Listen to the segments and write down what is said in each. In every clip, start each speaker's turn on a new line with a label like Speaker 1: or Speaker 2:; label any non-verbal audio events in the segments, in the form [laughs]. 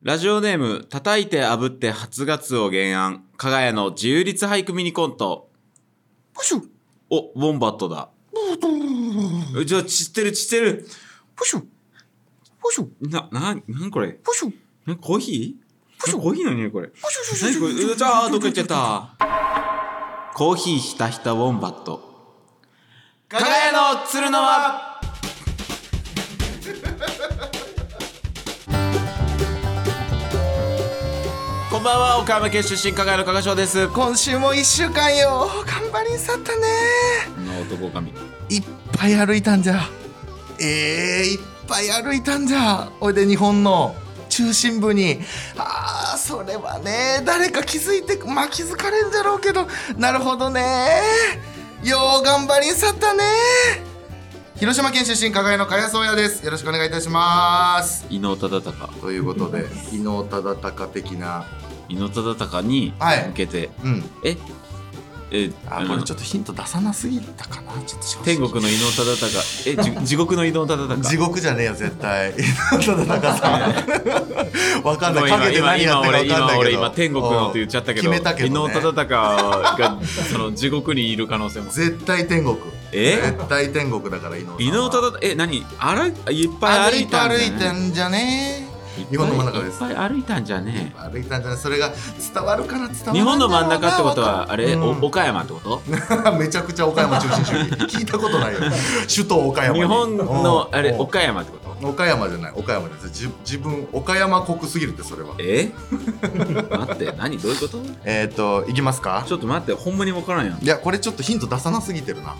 Speaker 1: ラジオネーム、叩いて炙って初月を原案、加賀屋の自由律俳句ミニコント。
Speaker 2: プシュ
Speaker 1: お、ウォンバットだ。じゃあ、散ってる散ってる。
Speaker 2: プシュプシュ
Speaker 1: な、な、なんこれ
Speaker 2: プシュ
Speaker 1: なコーヒーなコーヒーの匂いこれ。
Speaker 2: プシュシュ
Speaker 1: 何
Speaker 2: シ
Speaker 1: これ
Speaker 2: ュシ
Speaker 1: う
Speaker 2: ュ
Speaker 1: わじゃあ、どっか行っちゃった。コーヒーひたひたウォンバット。加賀屋の鶴の間こんばんは、岡山県出身加賀屋の加賀翔です。の
Speaker 2: 今週も一週間よ頑張りんさったね
Speaker 1: 男神。
Speaker 2: いっぱい歩いたんじゃえー、いっぱい歩いたんじゃおいで日本の中心部にああそれはね誰か気づいてくまあ気づかれんじゃろうけどなるほどねよう頑張りんさったね広島県出身加賀屋の加谷宗也ですよろしくお願いいたします
Speaker 1: 伊能忠敬。
Speaker 2: ということで伊能忠敬的な
Speaker 1: 伊能忠敬に
Speaker 2: はい
Speaker 1: 向けて、
Speaker 2: うん
Speaker 1: ええ
Speaker 2: あ
Speaker 1: の
Speaker 2: これちょっとヒント出さなすぎたかなちょっと正直
Speaker 1: 天国の伊能忠敬えじ地獄の伊能忠敬
Speaker 2: 地獄じゃねえよ絶対 [laughs] ただなんかさわかんない
Speaker 1: ごめ
Speaker 2: かけて
Speaker 1: 今
Speaker 2: 何や
Speaker 1: 今
Speaker 2: って
Speaker 1: 俺
Speaker 2: るかわかんないけど
Speaker 1: 今俺今天国のって言っ
Speaker 2: うん
Speaker 1: ちゃったけ
Speaker 2: 決
Speaker 1: ど
Speaker 2: めたけ
Speaker 1: 伊
Speaker 2: ど、
Speaker 1: 能
Speaker 2: ね、
Speaker 1: 忠敬がその地獄にいる可能性も
Speaker 2: 絶対天国
Speaker 1: え
Speaker 2: 絶対天国だから伊能
Speaker 1: 伊能
Speaker 2: 忠
Speaker 1: 忠敬え何あらいっぱい
Speaker 2: 歩
Speaker 1: 歩
Speaker 2: い
Speaker 1: い
Speaker 2: た
Speaker 1: たん
Speaker 2: 歩
Speaker 1: じ
Speaker 2: い
Speaker 1: ゃ
Speaker 2: て
Speaker 1: ね
Speaker 2: んじゃね
Speaker 1: いっぱい
Speaker 2: 日本の真ん中です
Speaker 1: いっぱい歩いたんじゃね
Speaker 2: 歩いたんじゃねそれが伝わるかな伝わらないかな
Speaker 1: 日本の真ん中ってことはあれ、
Speaker 2: うん
Speaker 1: お岡山ってこと
Speaker 2: [laughs] めちゃくちゃ岡山中心主義聞いたことないよ首都岡山に
Speaker 1: 日本のあれ
Speaker 2: うん
Speaker 1: 岡山ってこと
Speaker 2: 岡山じゃない岡山ですじ自分岡山国すぎるってそれは
Speaker 1: え [laughs] 待って何どういうこと
Speaker 2: えっ、ー、といきますか
Speaker 1: ちょっと待ってほんまに分からんやん
Speaker 2: いやこれちょっとヒント出さなすぎてるな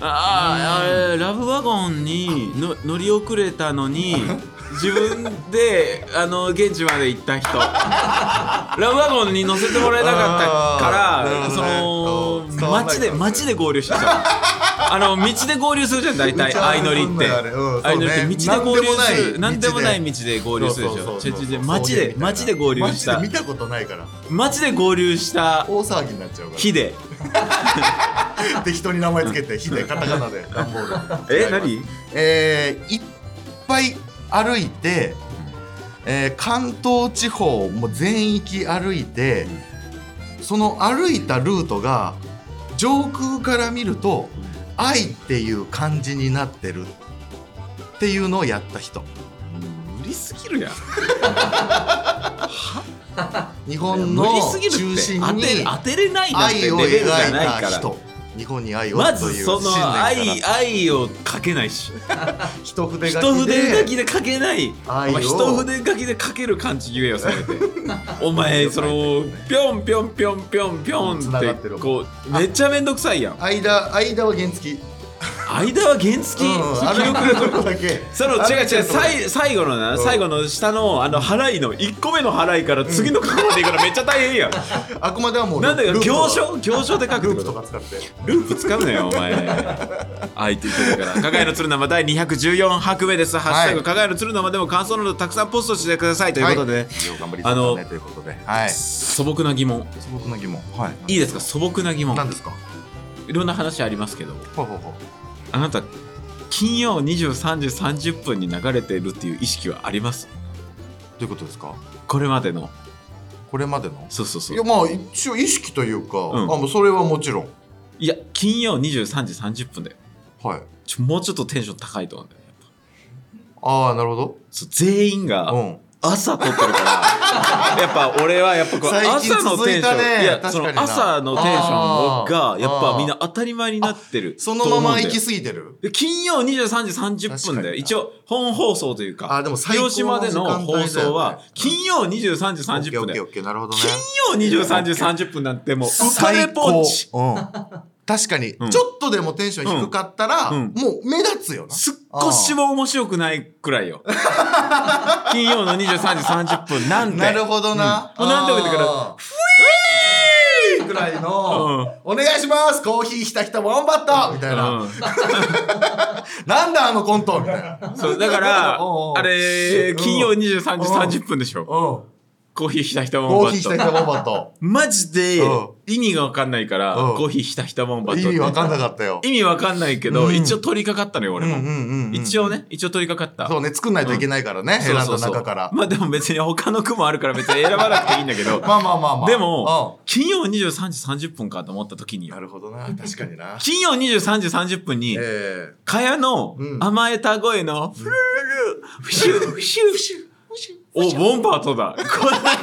Speaker 1: あーあれラブワゴンにの乗り遅れたの
Speaker 2: [laughs]
Speaker 1: に自分であの現地まで行った
Speaker 2: [laughs]
Speaker 1: 人ラブワゴンに乗せてもらえなかった
Speaker 2: あーなる
Speaker 1: から、
Speaker 2: ほどねそう
Speaker 1: そ
Speaker 2: 伝
Speaker 1: の
Speaker 2: わんない
Speaker 1: 街
Speaker 2: か
Speaker 1: で
Speaker 2: ら
Speaker 1: 街で合流
Speaker 2: [laughs]
Speaker 1: してたあの道で合流するじゃん大体相乗りって
Speaker 2: あれうん
Speaker 1: 相乗り
Speaker 2: そうね
Speaker 1: って道で合流する
Speaker 2: な
Speaker 1: なんんで
Speaker 2: でも
Speaker 1: も
Speaker 2: な
Speaker 1: ないい道で合流するでしょ
Speaker 2: そうそうそうそう
Speaker 1: 街
Speaker 2: そうい
Speaker 1: で
Speaker 2: うみたいな
Speaker 1: 街で合流した
Speaker 2: 街で見たことないから
Speaker 1: 街で合流した
Speaker 2: 大騒ぎになっちゃうか
Speaker 1: 日で
Speaker 2: ら適当に名前つけて「ひ」でカタカナで段ボール
Speaker 1: え何
Speaker 2: えー、いっぱい歩いて、えー関東地方も全域歩いて、その歩いたルートが上空から見ると「愛」っていう漢字になってるっていうのをやった人
Speaker 1: 無理すぎるやん
Speaker 2: 日本
Speaker 1: 無
Speaker 2: の
Speaker 1: 理すぎる
Speaker 2: 中
Speaker 1: って
Speaker 2: 心
Speaker 1: 当
Speaker 2: に
Speaker 1: て当てれないなってレ
Speaker 2: 愛を
Speaker 1: ベル
Speaker 2: 描
Speaker 1: じゃないい
Speaker 2: た
Speaker 1: から
Speaker 2: 人日本に愛を
Speaker 1: ま
Speaker 2: とい
Speaker 1: ず
Speaker 2: う
Speaker 1: そ
Speaker 2: 信
Speaker 1: の
Speaker 2: 念から
Speaker 1: 愛愛をかけないし
Speaker 2: 一筆書
Speaker 1: 一
Speaker 2: きで
Speaker 1: 筆書きで書けない
Speaker 2: 愛を
Speaker 1: お前一筆書きで書ける感じ言えよせ
Speaker 2: [laughs]
Speaker 1: めてお前そのぴょんぴょんぴょんぴょんぴょん
Speaker 2: 繋が
Speaker 1: っ
Speaker 2: って
Speaker 1: て
Speaker 2: る
Speaker 1: こうめっちゃめんどくさいやん
Speaker 2: 間間は原付き、
Speaker 1: 間は原付き記
Speaker 2: 歩い
Speaker 1: 憶
Speaker 2: てる
Speaker 1: 力
Speaker 2: とこだけ
Speaker 1: [laughs] その違う違う最最後の
Speaker 2: ん
Speaker 1: な最後の下のあの払いの1個目の払いから次の過去まで行くのめっちゃ大変やん
Speaker 2: あくまではもう
Speaker 1: なんだよ
Speaker 2: ループと
Speaker 1: 行
Speaker 2: か
Speaker 1: 書行書で書く
Speaker 2: ル
Speaker 1: っ
Speaker 2: ー
Speaker 1: てこと
Speaker 2: プとか使って
Speaker 1: ループ使うなよ、お前。はい、ということだから、加賀屋の鶴生第214拍目です。ハッシュタ
Speaker 2: は
Speaker 1: グ、
Speaker 2: い
Speaker 1: 加賀屋の鶴生でも感想などたくさんポストしてくださいということで、ね
Speaker 2: よう頑張り
Speaker 1: あの
Speaker 2: ねということではい
Speaker 1: 素朴な疑問。
Speaker 2: 素朴な疑問はい
Speaker 1: いいですか、素朴な疑問。
Speaker 2: 何ですか
Speaker 1: いろんな話ありますけど、
Speaker 2: ほうほうほう
Speaker 1: あなた、金曜23時30分に流れているっていう意識はあります
Speaker 2: どういうことですか
Speaker 1: これまでの。
Speaker 2: これまでの
Speaker 1: そうそうそ
Speaker 2: いうや。まあ一応意識というか、
Speaker 1: ん
Speaker 2: あもうそれはもちろん
Speaker 1: いや、金曜23時30分だよ。
Speaker 2: はい
Speaker 1: ちょもうちょっとテンション高いと思うんだよ。やっぱ
Speaker 2: ああなるほ
Speaker 1: そう全員が、
Speaker 2: どうん
Speaker 1: 朝撮ってる
Speaker 2: [laughs]
Speaker 1: からやっぱ俺はやっぱこう
Speaker 2: 最近
Speaker 1: 朝のテンショ
Speaker 2: 続いた
Speaker 1: ン、
Speaker 2: ね
Speaker 1: いや
Speaker 2: 確
Speaker 1: そ
Speaker 2: か
Speaker 1: の
Speaker 2: にな
Speaker 1: 朝のテンション
Speaker 2: あ
Speaker 1: が
Speaker 2: ー
Speaker 1: やっぱみんな当たり前になってる
Speaker 2: そのまま行
Speaker 1: と思うんだ
Speaker 2: き
Speaker 1: よ
Speaker 2: 過ぎてる
Speaker 1: で金曜23時30分
Speaker 2: 確かにな
Speaker 1: で一応本放送というか
Speaker 2: あでも最高の
Speaker 1: 広島での放送は
Speaker 2: 時間
Speaker 1: 金曜23時30分
Speaker 2: オッ
Speaker 1: で
Speaker 2: ケーオッケーオッケーなるほどね
Speaker 1: 金曜23時30分なんてもう浮かれポンチ
Speaker 2: 最高うん確かに、
Speaker 1: うん
Speaker 2: ちょっとでもテンション低かったら、
Speaker 1: うんうん
Speaker 2: もう目立つよな
Speaker 1: すっごしも面白くないくらい
Speaker 2: [laughs]
Speaker 1: よ金曜の23時30分なんで
Speaker 2: なるほどな、
Speaker 1: うんもう何でもいいから
Speaker 2: あーふいーぐらいの、お願いしますコーヒーひたひたワンバットみたいな、
Speaker 1: うん
Speaker 2: なんだあのコントみたいな
Speaker 1: [laughs] そう、だから
Speaker 2: おうおう、
Speaker 1: あれ、金曜23時30分でしょ。
Speaker 2: うん
Speaker 1: コーヒーひたひたモ
Speaker 2: コ
Speaker 1: ン
Speaker 2: ー
Speaker 1: バ
Speaker 2: ヒー
Speaker 1: ッ
Speaker 2: ひ
Speaker 1: ト
Speaker 2: たひ。たボンバット
Speaker 1: マジで
Speaker 2: うん
Speaker 1: 意味がわかんないから、
Speaker 2: うん
Speaker 1: コーヒーひたひたモンバットって。
Speaker 2: 意味わかんなかったよ
Speaker 1: 意味わかんないけど、
Speaker 2: うん
Speaker 1: 一応取り掛かったのよ、俺も。
Speaker 2: うんうんうんうん
Speaker 1: 一応ね、一応取り掛かった。
Speaker 2: そうね作んないといけないからね、
Speaker 1: そう
Speaker 2: 選ん
Speaker 1: そう
Speaker 2: だ
Speaker 1: そう
Speaker 2: 中から
Speaker 1: まあでも別に他の区もあるから別に選ばなくていいんだけど、
Speaker 2: [laughs] まあまあまあまあ
Speaker 1: でも、金曜23時30分かと思った時
Speaker 2: うん
Speaker 1: に
Speaker 2: な
Speaker 1: よ。
Speaker 2: るほどな確かに
Speaker 1: [laughs]
Speaker 2: な
Speaker 1: 金曜23時30分に、
Speaker 2: ええ
Speaker 1: かやの
Speaker 2: うん
Speaker 1: 甘えた声の、フルルルル、フシュフシュフシュ。お、ボンバートだ。こんな感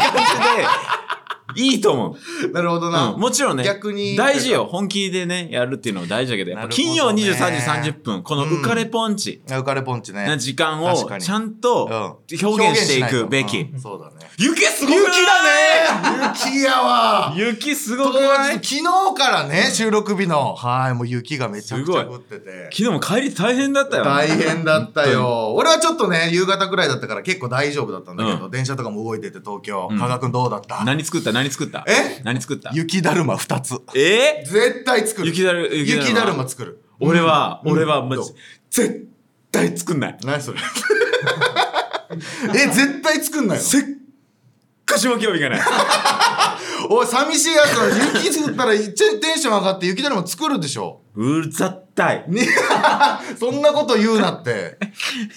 Speaker 1: じで、いいと思う。
Speaker 2: なるほどな、
Speaker 1: うんもちろんね、
Speaker 2: 逆に
Speaker 1: 大事よ。本気でね、やるっていうのも大事だけど、やっぱ
Speaker 2: なるほどね
Speaker 1: 金曜23時30分、この浮かれポンチ
Speaker 2: 浮かれポンチ
Speaker 1: な
Speaker 2: ね
Speaker 1: 時間
Speaker 2: 確
Speaker 1: を
Speaker 2: かに
Speaker 1: ちゃんと表現していくべ
Speaker 2: 表現し
Speaker 1: き
Speaker 2: ないとう。んそうだね
Speaker 1: 雪すごく
Speaker 2: 雪
Speaker 1: ない
Speaker 2: だね雪やわ
Speaker 1: ね雪すご
Speaker 2: 昨
Speaker 1: く
Speaker 2: [laughs]
Speaker 1: ない昨
Speaker 2: 日からね、収録日の、はい、もう雪がめちゃくちゃ
Speaker 1: すご
Speaker 2: 降ってて。
Speaker 1: 日も帰り大変だったよ。
Speaker 2: 大変だったよ。俺はちょっとね、夕方ぐらいだったから結構大丈夫だったんだけど、
Speaker 1: う
Speaker 2: 電車とかも動いてて東京。
Speaker 1: うん
Speaker 2: 加賀くんどうだった
Speaker 1: 何作った何作った
Speaker 2: え
Speaker 1: 何作った
Speaker 2: 雪だるま2つ。
Speaker 1: え
Speaker 2: 絶対作る。
Speaker 1: 雪だる、
Speaker 2: 雪だ
Speaker 1: ま
Speaker 2: るま作る。
Speaker 1: 俺は、
Speaker 2: うん
Speaker 1: 俺は、
Speaker 2: うん
Speaker 1: マジ
Speaker 2: どう
Speaker 1: 絶対作んない。
Speaker 2: 何それ [laughs] え、絶対作んないの
Speaker 1: せっかしも興味がない。
Speaker 2: おい、寂しいやつは雪作ったら一応テンション上がって雪だるま作るでしょ。
Speaker 1: うるざったい。
Speaker 2: ねそんなこと言うなって。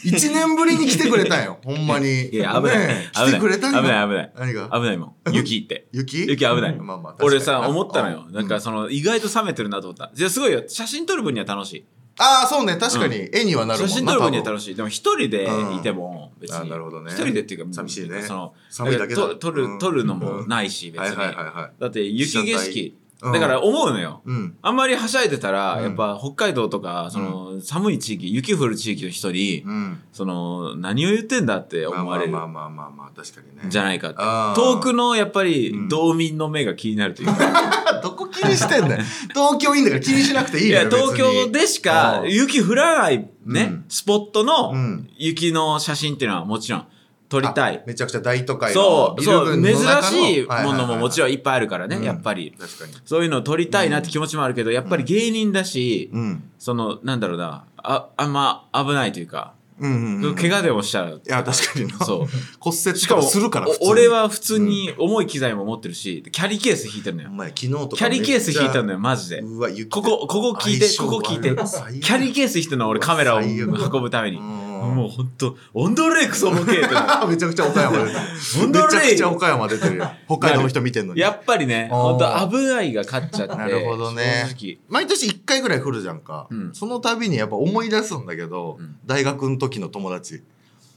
Speaker 2: 一年ぶりに来てくれたんよ。ほんまに。
Speaker 1: [laughs] いや、危ない
Speaker 2: ね。
Speaker 1: 危ない。
Speaker 2: 来てくれたんよ
Speaker 1: 危ない、危ない。
Speaker 2: 何が
Speaker 1: 危ないもん。雪って。
Speaker 2: 雪
Speaker 1: 雪危ない。
Speaker 2: まあまあ確かに
Speaker 1: 俺さ、思ったのよ。
Speaker 2: うん
Speaker 1: なんかその、意外と冷めてるなと思った。じゃすごいよ。写真撮る分には楽しい。
Speaker 2: ああ、そうね。確かに。絵にはなるもん
Speaker 1: 写真
Speaker 2: な
Speaker 1: 撮る分には
Speaker 2: 多分
Speaker 1: 楽しい。でも一人でいても、別
Speaker 2: あ
Speaker 1: に。
Speaker 2: なるほどね
Speaker 1: 一人でっていうか、
Speaker 2: 寂しいね
Speaker 1: その、
Speaker 2: 寒いだけだ
Speaker 1: なんかと撮
Speaker 2: う
Speaker 1: る、
Speaker 2: ん
Speaker 1: 撮るのもないし、別に。
Speaker 2: はいはいはいはい。
Speaker 1: だって雪景色。
Speaker 2: うん
Speaker 1: だから思うのよ。
Speaker 2: うん。
Speaker 1: あんまりはしゃいでたら、
Speaker 2: うん
Speaker 1: やっぱ北海道とか、その、寒い地域、雪降る地域の人に、
Speaker 2: うん。
Speaker 1: その、何を言ってんだって
Speaker 2: まあ
Speaker 1: 思
Speaker 2: ま
Speaker 1: わ
Speaker 2: あ
Speaker 1: れる
Speaker 2: まあまあまあまあ、確かにね。
Speaker 1: じゃ
Speaker 2: あ、
Speaker 1: ないかって。
Speaker 2: あー
Speaker 1: 遠くの、やっぱり
Speaker 2: うん、
Speaker 1: 道民の目が気になるというか。
Speaker 2: [laughs] どこ気にしてんだよ。東京いいんだから気にしなくていい
Speaker 1: い
Speaker 2: のよ
Speaker 1: や、東京。
Speaker 2: 別に
Speaker 1: でしか
Speaker 2: うん
Speaker 1: 雪降らないうね
Speaker 2: ん、
Speaker 1: スポット
Speaker 2: う
Speaker 1: の
Speaker 2: ん
Speaker 1: 雪の写真っていうのはもちろん撮りたい
Speaker 2: あ。めちゃくちゃ大都会
Speaker 1: そう、
Speaker 2: のビル
Speaker 1: そう、
Speaker 2: 群の
Speaker 1: 珍
Speaker 2: 中の
Speaker 1: しいものももちろ
Speaker 2: ん。
Speaker 1: んいっぱいあるから
Speaker 2: うん
Speaker 1: ね、やっぱり。
Speaker 2: 確かに。
Speaker 1: そういうのを撮りたいなって気持ちもあるけど、やっぱり芸人だし、
Speaker 2: うん。
Speaker 1: その、なんだろうな、あ、あんま危ないというか、
Speaker 2: うんうんうん。
Speaker 1: 怪我でもしたら、
Speaker 2: いや、確かにな。
Speaker 1: そう。
Speaker 2: 骨折
Speaker 1: し
Speaker 2: し
Speaker 1: か
Speaker 2: か
Speaker 1: も
Speaker 2: もするから、普通
Speaker 1: お
Speaker 2: に
Speaker 1: 俺。は普通に重い機材も持ってるし、キャリーケース引いてるの
Speaker 2: お
Speaker 1: よ。
Speaker 2: 前、昨日とか。
Speaker 1: キャリーケース引いた
Speaker 2: ん
Speaker 1: の
Speaker 2: だ
Speaker 1: よ、マジで。
Speaker 2: うわ、雪。
Speaker 1: ここ、ここ聞いて、
Speaker 2: 相性
Speaker 1: ここ聞いて。キ
Speaker 2: 悪最悪
Speaker 1: ャリーケース引いてんの俺カメラを
Speaker 2: 最悪
Speaker 1: 運ぶために。
Speaker 2: も
Speaker 1: もうほんと、オンドレイクその系
Speaker 2: [laughs]
Speaker 1: って。
Speaker 2: うん。めちゃくちゃ岡山
Speaker 1: [laughs]
Speaker 2: 出て
Speaker 1: ほ
Speaker 2: る。
Speaker 1: ん
Speaker 2: め
Speaker 1: と
Speaker 2: ちゃ
Speaker 1: ね
Speaker 2: くちゃ岡山出てるよ。北海道の人見てんのに。
Speaker 1: やっぱりね、
Speaker 2: あー
Speaker 1: ほんと危ないが勝っちゃって。
Speaker 2: なるほどね
Speaker 1: 正
Speaker 2: 毎年1回ぐらい降るじゃんか
Speaker 1: う。ん
Speaker 2: その度にやっぱ思い出すんだけど
Speaker 1: うん、
Speaker 2: 大学の時の友達。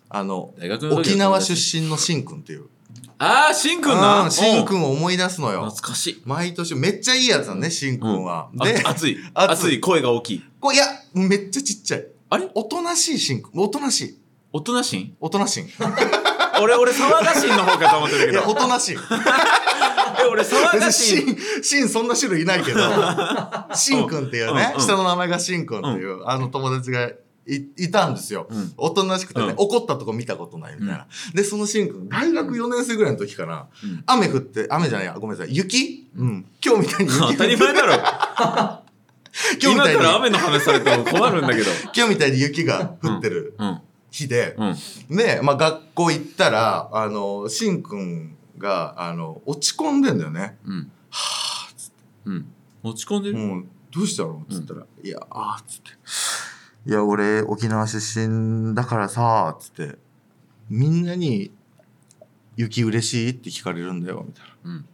Speaker 2: あの、
Speaker 1: 直。大学の時
Speaker 2: 沖縄出。身のしんくんっていう。
Speaker 1: あー、しんくんな。
Speaker 2: うんしん
Speaker 1: う
Speaker 2: くんを思い出すのよ
Speaker 1: 懐。かしい。
Speaker 2: 毎年、めっちゃいいやつだね、しんくんは。
Speaker 1: あ
Speaker 2: で、
Speaker 1: 熱い。
Speaker 2: 熱い
Speaker 1: 熱い。声が大きい。
Speaker 2: こういや、めっちゃちっちゃい。
Speaker 1: あれ
Speaker 2: おとなしいしんくん。おとなしい。
Speaker 1: おとなしん
Speaker 2: おとなしい。
Speaker 1: 俺、俺、騒がしんの方かと思ってるけ
Speaker 2: い
Speaker 1: ど
Speaker 2: や、。おとなしい。
Speaker 1: え、俺、騒が
Speaker 2: 別
Speaker 1: しん。
Speaker 2: にシン、シンそんな種類いな
Speaker 1: [laughs]
Speaker 2: いけど、シンくんっていう
Speaker 1: うん
Speaker 2: ね
Speaker 1: う、ん
Speaker 2: 下の名前がシンくんっていう、あの友達がいいたんですよ
Speaker 1: うん。
Speaker 2: おとなしくて
Speaker 1: うん
Speaker 2: ね、怒ったとこ見たことないみたいな。で、そのシンくん、大学4年生ぐらいの時かな
Speaker 1: うん、
Speaker 2: 雨降って、雨じゃないや、ごめんなさい、雪うん。今日みたい
Speaker 1: [laughs]
Speaker 2: に
Speaker 1: 当
Speaker 2: 雪
Speaker 1: たり前だろ。
Speaker 2: 今日み
Speaker 1: 今
Speaker 2: たい
Speaker 1: か
Speaker 2: に、
Speaker 1: ら雨の話されても困るんだけど。
Speaker 2: 今日みたいに雪が降ってる
Speaker 1: うん。
Speaker 2: 日で、
Speaker 1: うん。
Speaker 2: で、まあ学校行ったら、あの、シンくんが、あの、落ち込んでんだよね。
Speaker 1: うん。うん。落ち込んでる
Speaker 2: もうどうしたのっつったら、いやあーっつって「いや俺沖縄出身だからさ」っつって「みんなに雪嬉しい?」って聞かれるんだよみたいな
Speaker 1: うん。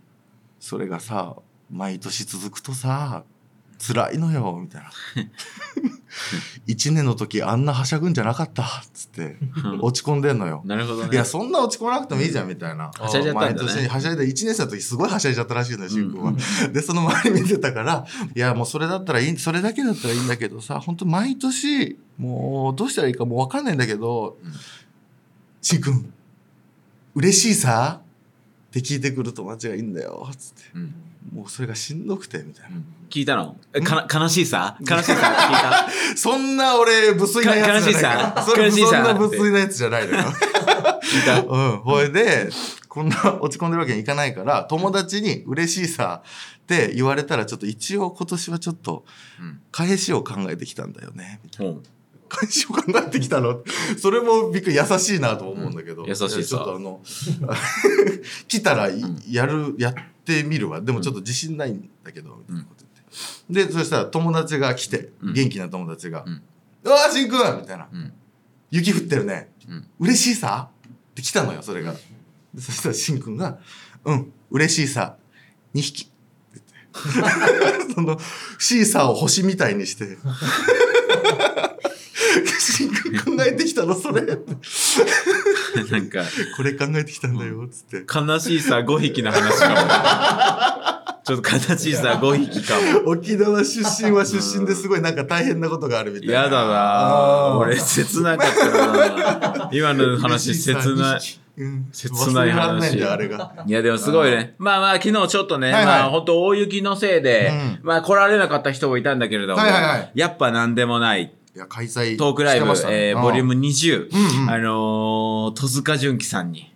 Speaker 2: それがさ毎年続くとさ辛いのよみた [laughs] いな一年の時あんなはしゃぐんじゃなかったっつって落ち込んでんのよ
Speaker 1: なるほど
Speaker 2: い
Speaker 1: ね
Speaker 2: や。そんな落ち込まなくてもいいじゃんみたいな、
Speaker 1: [laughs] はしゃいじゃったんだね
Speaker 2: 毎年はしゃいで1年生の時すごいはしゃいじゃったらしいんだよしゅんくん
Speaker 1: う
Speaker 2: は、でその周り見てたから [laughs] いやもうそれだったらいいそれだけだったらいいんだけどさ本当毎年もうどうしたらいいかもう分かんないんだけど、
Speaker 1: うん
Speaker 2: しゅんくん嬉しいさって聞いてくる友達がいいんだよつって
Speaker 1: うん
Speaker 2: もうそれがしんどくてみたいな
Speaker 1: 聞いたのえかな悲しいさ悲しいさって
Speaker 2: そんな俺無粋なやつじゃないか
Speaker 1: から
Speaker 2: それ
Speaker 1: 悲しいさ
Speaker 2: そんな
Speaker 1: 悲しいさ
Speaker 2: 無粋なやつじゃないのよ
Speaker 1: 聞いた聞い
Speaker 2: うん、ほいで、こんな落ち込んでるわけにいかないから、友達に嬉しいさって言われたら、ちょっと一応今年はちょっと
Speaker 1: うん
Speaker 2: 返しを考えてきたんだよね。
Speaker 1: [laughs] たうん
Speaker 2: 返しを考えてきたのそれもびっくり優しいなと思うんだけど、
Speaker 1: うん優しいさ
Speaker 2: ちょっとあの来たらい
Speaker 1: ん
Speaker 2: やる、やってみるわでもちょっと自信ないんだけど、みたいなこと言ってでそしたら友達が来て、
Speaker 1: うん
Speaker 2: 元気な友達が「
Speaker 1: う
Speaker 2: うんわーしんくん!」みたいな
Speaker 1: うん
Speaker 2: 「雪降ってるね、
Speaker 1: うん
Speaker 2: 嬉しいさ」って来たのよそれがでそしたらしんくんが「うん嬉しいさ2匹」って言ってそのシーサーを星みたいにして。シンくん考えてきたのそれこ
Speaker 1: なんか
Speaker 2: れ考えてきたんだよつって
Speaker 1: 悲しいさ5匹の話か [laughs] もちょっと悲しいさ5匹かも
Speaker 2: 沖縄出身は出身ですごいなんか大変なことがあるみたいな
Speaker 1: やだな
Speaker 2: あー
Speaker 1: 俺切なかったな今の話切ない
Speaker 2: うん
Speaker 1: 切ない話
Speaker 2: 忘れられないんだよあれが
Speaker 1: いやでもすごいね。まあまあ昨日ちょっとね、
Speaker 2: はいはい
Speaker 1: まあ本当大雪のせいで、
Speaker 2: うん
Speaker 1: まあ来られなかった人もいたんだけれども、
Speaker 2: はいはいはい
Speaker 1: やっぱ何でもない
Speaker 2: いや開催
Speaker 1: トークライ
Speaker 2: して
Speaker 1: ブ、
Speaker 2: ましたね
Speaker 1: えー
Speaker 2: うん
Speaker 1: ボリューム20、
Speaker 2: うんうん
Speaker 1: あのー、戸塚純喜さんに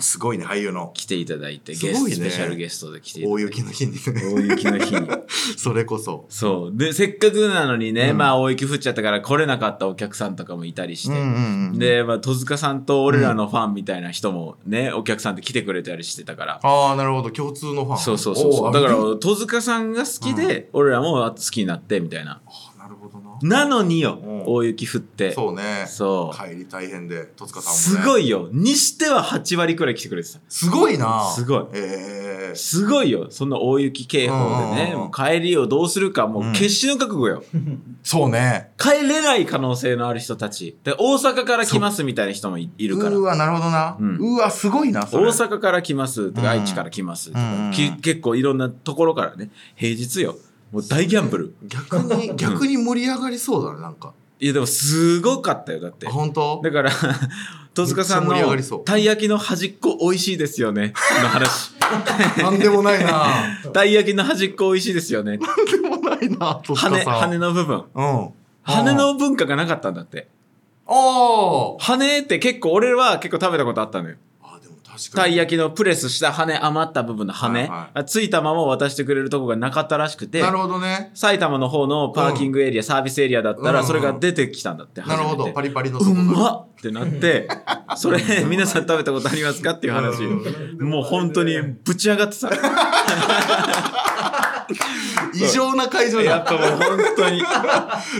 Speaker 2: すごいね俳優の
Speaker 1: 来ていただいて、
Speaker 2: す
Speaker 1: ゲスト、
Speaker 2: ごいね
Speaker 1: スペシャルゲストで来ていただ
Speaker 2: 大
Speaker 1: い
Speaker 2: 雪の日に
Speaker 1: [laughs] て、
Speaker 2: ね
Speaker 1: 大雪の日に。
Speaker 2: それこそ
Speaker 1: そう。で、せっかくなのにね、
Speaker 2: うん
Speaker 1: まあ大雪降っちゃったから来れなかったお客さんとかもいたりして、
Speaker 2: んんん
Speaker 1: で、まあ、戸塚さんと俺らのファンみたいな人もね、お客さんって来てくれたりしてたから、
Speaker 2: ああなるほど共通のファン
Speaker 1: そうそうそうそ
Speaker 2: お
Speaker 1: う。
Speaker 2: ー
Speaker 1: だから、
Speaker 2: あ
Speaker 1: 戸塚さんが好きで、俺らも好きになって、みたいな。
Speaker 2: なるほど
Speaker 1: な
Speaker 2: な
Speaker 1: のによ
Speaker 2: うん、
Speaker 1: 大雪降って。
Speaker 2: そうね
Speaker 1: そう
Speaker 2: 帰り大変で戸塚さんも
Speaker 1: す
Speaker 2: ね
Speaker 1: ごいよ。にしては8割くらい来てくれてた。
Speaker 2: すごいな
Speaker 1: すごい
Speaker 2: ええ
Speaker 1: すごいよ。そんな大雪警報でね、
Speaker 2: うん
Speaker 1: もう帰りをどうするか、もう
Speaker 2: うん
Speaker 1: 決死の覚悟よ。
Speaker 2: そうね
Speaker 1: 帰れない可能性のある人たち。で、大阪から来ますみたいな人もいいるから
Speaker 2: う。わなるほどな、
Speaker 1: う
Speaker 2: うんわすごいなそ
Speaker 1: 大
Speaker 2: れ
Speaker 1: 阪から来ますとか、
Speaker 2: うん
Speaker 1: 愛知から来ますと
Speaker 2: うん
Speaker 1: か、き結構いろんなところからね、平日よ。もう大ギャンブル。
Speaker 2: 逆
Speaker 1: [laughs]
Speaker 2: に逆に盛り上がりそうだねなんか
Speaker 1: いや、でもすごかったよ、だって
Speaker 2: あ。本当
Speaker 1: だから、戸塚さんの
Speaker 2: めっちゃ盛り上がりそう
Speaker 1: たい焼きの端っこ美味しいですよねの
Speaker 2: [laughs]
Speaker 1: 話。
Speaker 2: なんで
Speaker 1: [laughs]
Speaker 2: もないな
Speaker 1: たい焼きの端っこ美味しいですよね。
Speaker 2: なんでもないな戸塚さん
Speaker 1: 羽、羽の部分。
Speaker 2: うん
Speaker 1: 羽の文化がなかったんだって。
Speaker 2: おー
Speaker 1: 羽って結構、俺は結構食べたことあったのよ。
Speaker 2: あでも確
Speaker 1: た
Speaker 2: か
Speaker 1: い
Speaker 2: に
Speaker 1: 焼きのプレスした羽、余った部分の羽、
Speaker 2: はいはい
Speaker 1: あついたまま渡してくれるとこがなかったらしくて
Speaker 2: な、るほどね
Speaker 1: 埼玉の方のパーキングエリア、サービスエリアだったら、
Speaker 2: うん
Speaker 1: それが出てきたんだって。
Speaker 2: なるほ
Speaker 1: 初め
Speaker 2: ど
Speaker 1: て
Speaker 2: パリパリの
Speaker 1: う
Speaker 2: 外
Speaker 1: まっってな [laughs] って、それ、皆さん食べたことありますかっていう話。
Speaker 2: う
Speaker 1: もう本当にぶち上がってた。
Speaker 2: 異常な会
Speaker 1: [laughs]
Speaker 2: 場
Speaker 1: やっ
Speaker 2: だ
Speaker 1: ぱもう本当に。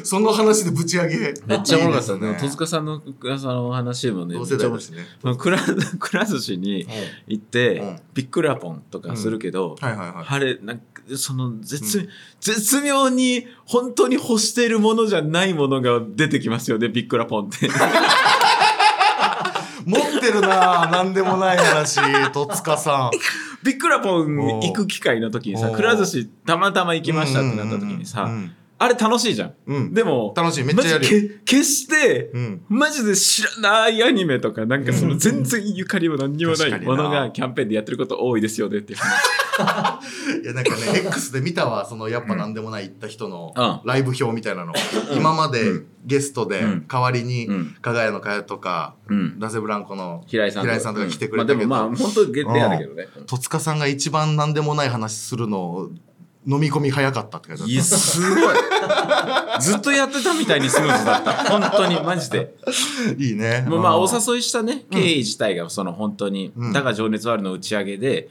Speaker 2: その話でぶち上げ
Speaker 1: めっちゃおもろかった
Speaker 2: いいで
Speaker 1: ね。戸
Speaker 2: すね
Speaker 1: 塚さんのその話もね、め
Speaker 2: 同
Speaker 1: っちゃ
Speaker 2: 世
Speaker 1: 面白
Speaker 2: 代だ
Speaker 1: い
Speaker 2: しね
Speaker 1: そのくら、くら寿司に行って、
Speaker 2: うん
Speaker 1: ビックラポンとかするけど、
Speaker 2: はいはいはい
Speaker 1: あれ、なんか、その、絶、
Speaker 2: う
Speaker 1: 絶妙に、本当に欲しているものじゃないものが出てきますよね、ビックラポン [laughs] って。
Speaker 2: 持ってるなぁ、なんでもない話、戸
Speaker 1: [laughs]
Speaker 2: 塚さん。
Speaker 1: ビックラポン行く機会の時にさ、
Speaker 2: おー
Speaker 1: くら寿司たまたま行きましたってなった時に
Speaker 2: う
Speaker 1: さ、
Speaker 2: ん
Speaker 1: あれ楽しいじゃん。
Speaker 2: うんうん
Speaker 1: でも、
Speaker 2: 楽しい、めっちゃ
Speaker 1: マ
Speaker 2: やるよ。
Speaker 1: ジけ決して、
Speaker 2: うん。
Speaker 1: マジで知らないアニメとか、なんかその全然ゆかりも何にもな
Speaker 2: 確
Speaker 1: い
Speaker 2: かにな
Speaker 1: ものがキャンペーンでやってること多いですよねっていう話。
Speaker 2: いや、なんかね、X で見たわ、その、やっぱなんでもない行った人の
Speaker 1: うん
Speaker 2: ライブ表みたいなの。今までゲストで
Speaker 1: うん
Speaker 2: 代わりに
Speaker 1: うん、
Speaker 2: 加賀屋の加谷とか、
Speaker 1: うん。
Speaker 2: ダゼブランコの
Speaker 1: 平井さん
Speaker 2: 平井さんとか来てくれたけど、
Speaker 1: まあでもまあ、本当にレアだけどね。
Speaker 2: 戸塚さんが一番なんでもない話するのを飲み込み早かったって書いてあっ
Speaker 1: いや、すごい。 [laughs] ずっとやってたみたいにスムーズだった。本当に、マジで。
Speaker 2: た。いいね。
Speaker 1: まあまあ、お
Speaker 2: さ
Speaker 1: 誘いしたね、経緯自体が、その本当に
Speaker 2: う、ん
Speaker 1: だが情熱はあるの打ち上げで、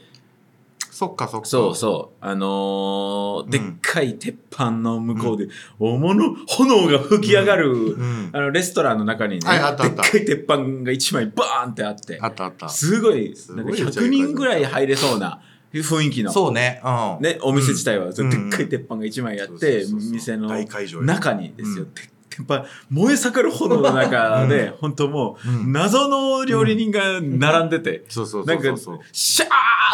Speaker 2: そっかそっか。
Speaker 1: そうそう、あのー、
Speaker 2: ん
Speaker 1: でっかい鉄板の向こうで、おもの、炎が吹き上がる
Speaker 2: う、ん。
Speaker 1: あの、レストランの中にね、
Speaker 2: はいあったあ
Speaker 1: でっ
Speaker 2: った
Speaker 1: かい鉄板が一枚バーンってあって
Speaker 2: あ、ったあった。
Speaker 1: すごい、
Speaker 2: す
Speaker 1: な
Speaker 2: ご
Speaker 1: いんか100人ぐらい入れそうな雰囲気の、
Speaker 2: そうね。うん。
Speaker 1: ね、お店自体は、で
Speaker 2: ん
Speaker 1: っかい鉄板が一枚あって、
Speaker 2: そうそうそうそう
Speaker 1: 店の
Speaker 2: 大会場よ
Speaker 1: 中にですよ、
Speaker 2: うん
Speaker 1: て鉄板、燃え盛る炎の中で、
Speaker 2: う
Speaker 1: 本当もう、
Speaker 2: うん
Speaker 1: 謎の料理人が並んでて、
Speaker 2: そうそう
Speaker 1: な
Speaker 2: そ
Speaker 1: ん
Speaker 2: うそう
Speaker 1: か
Speaker 2: そう。、
Speaker 1: シャ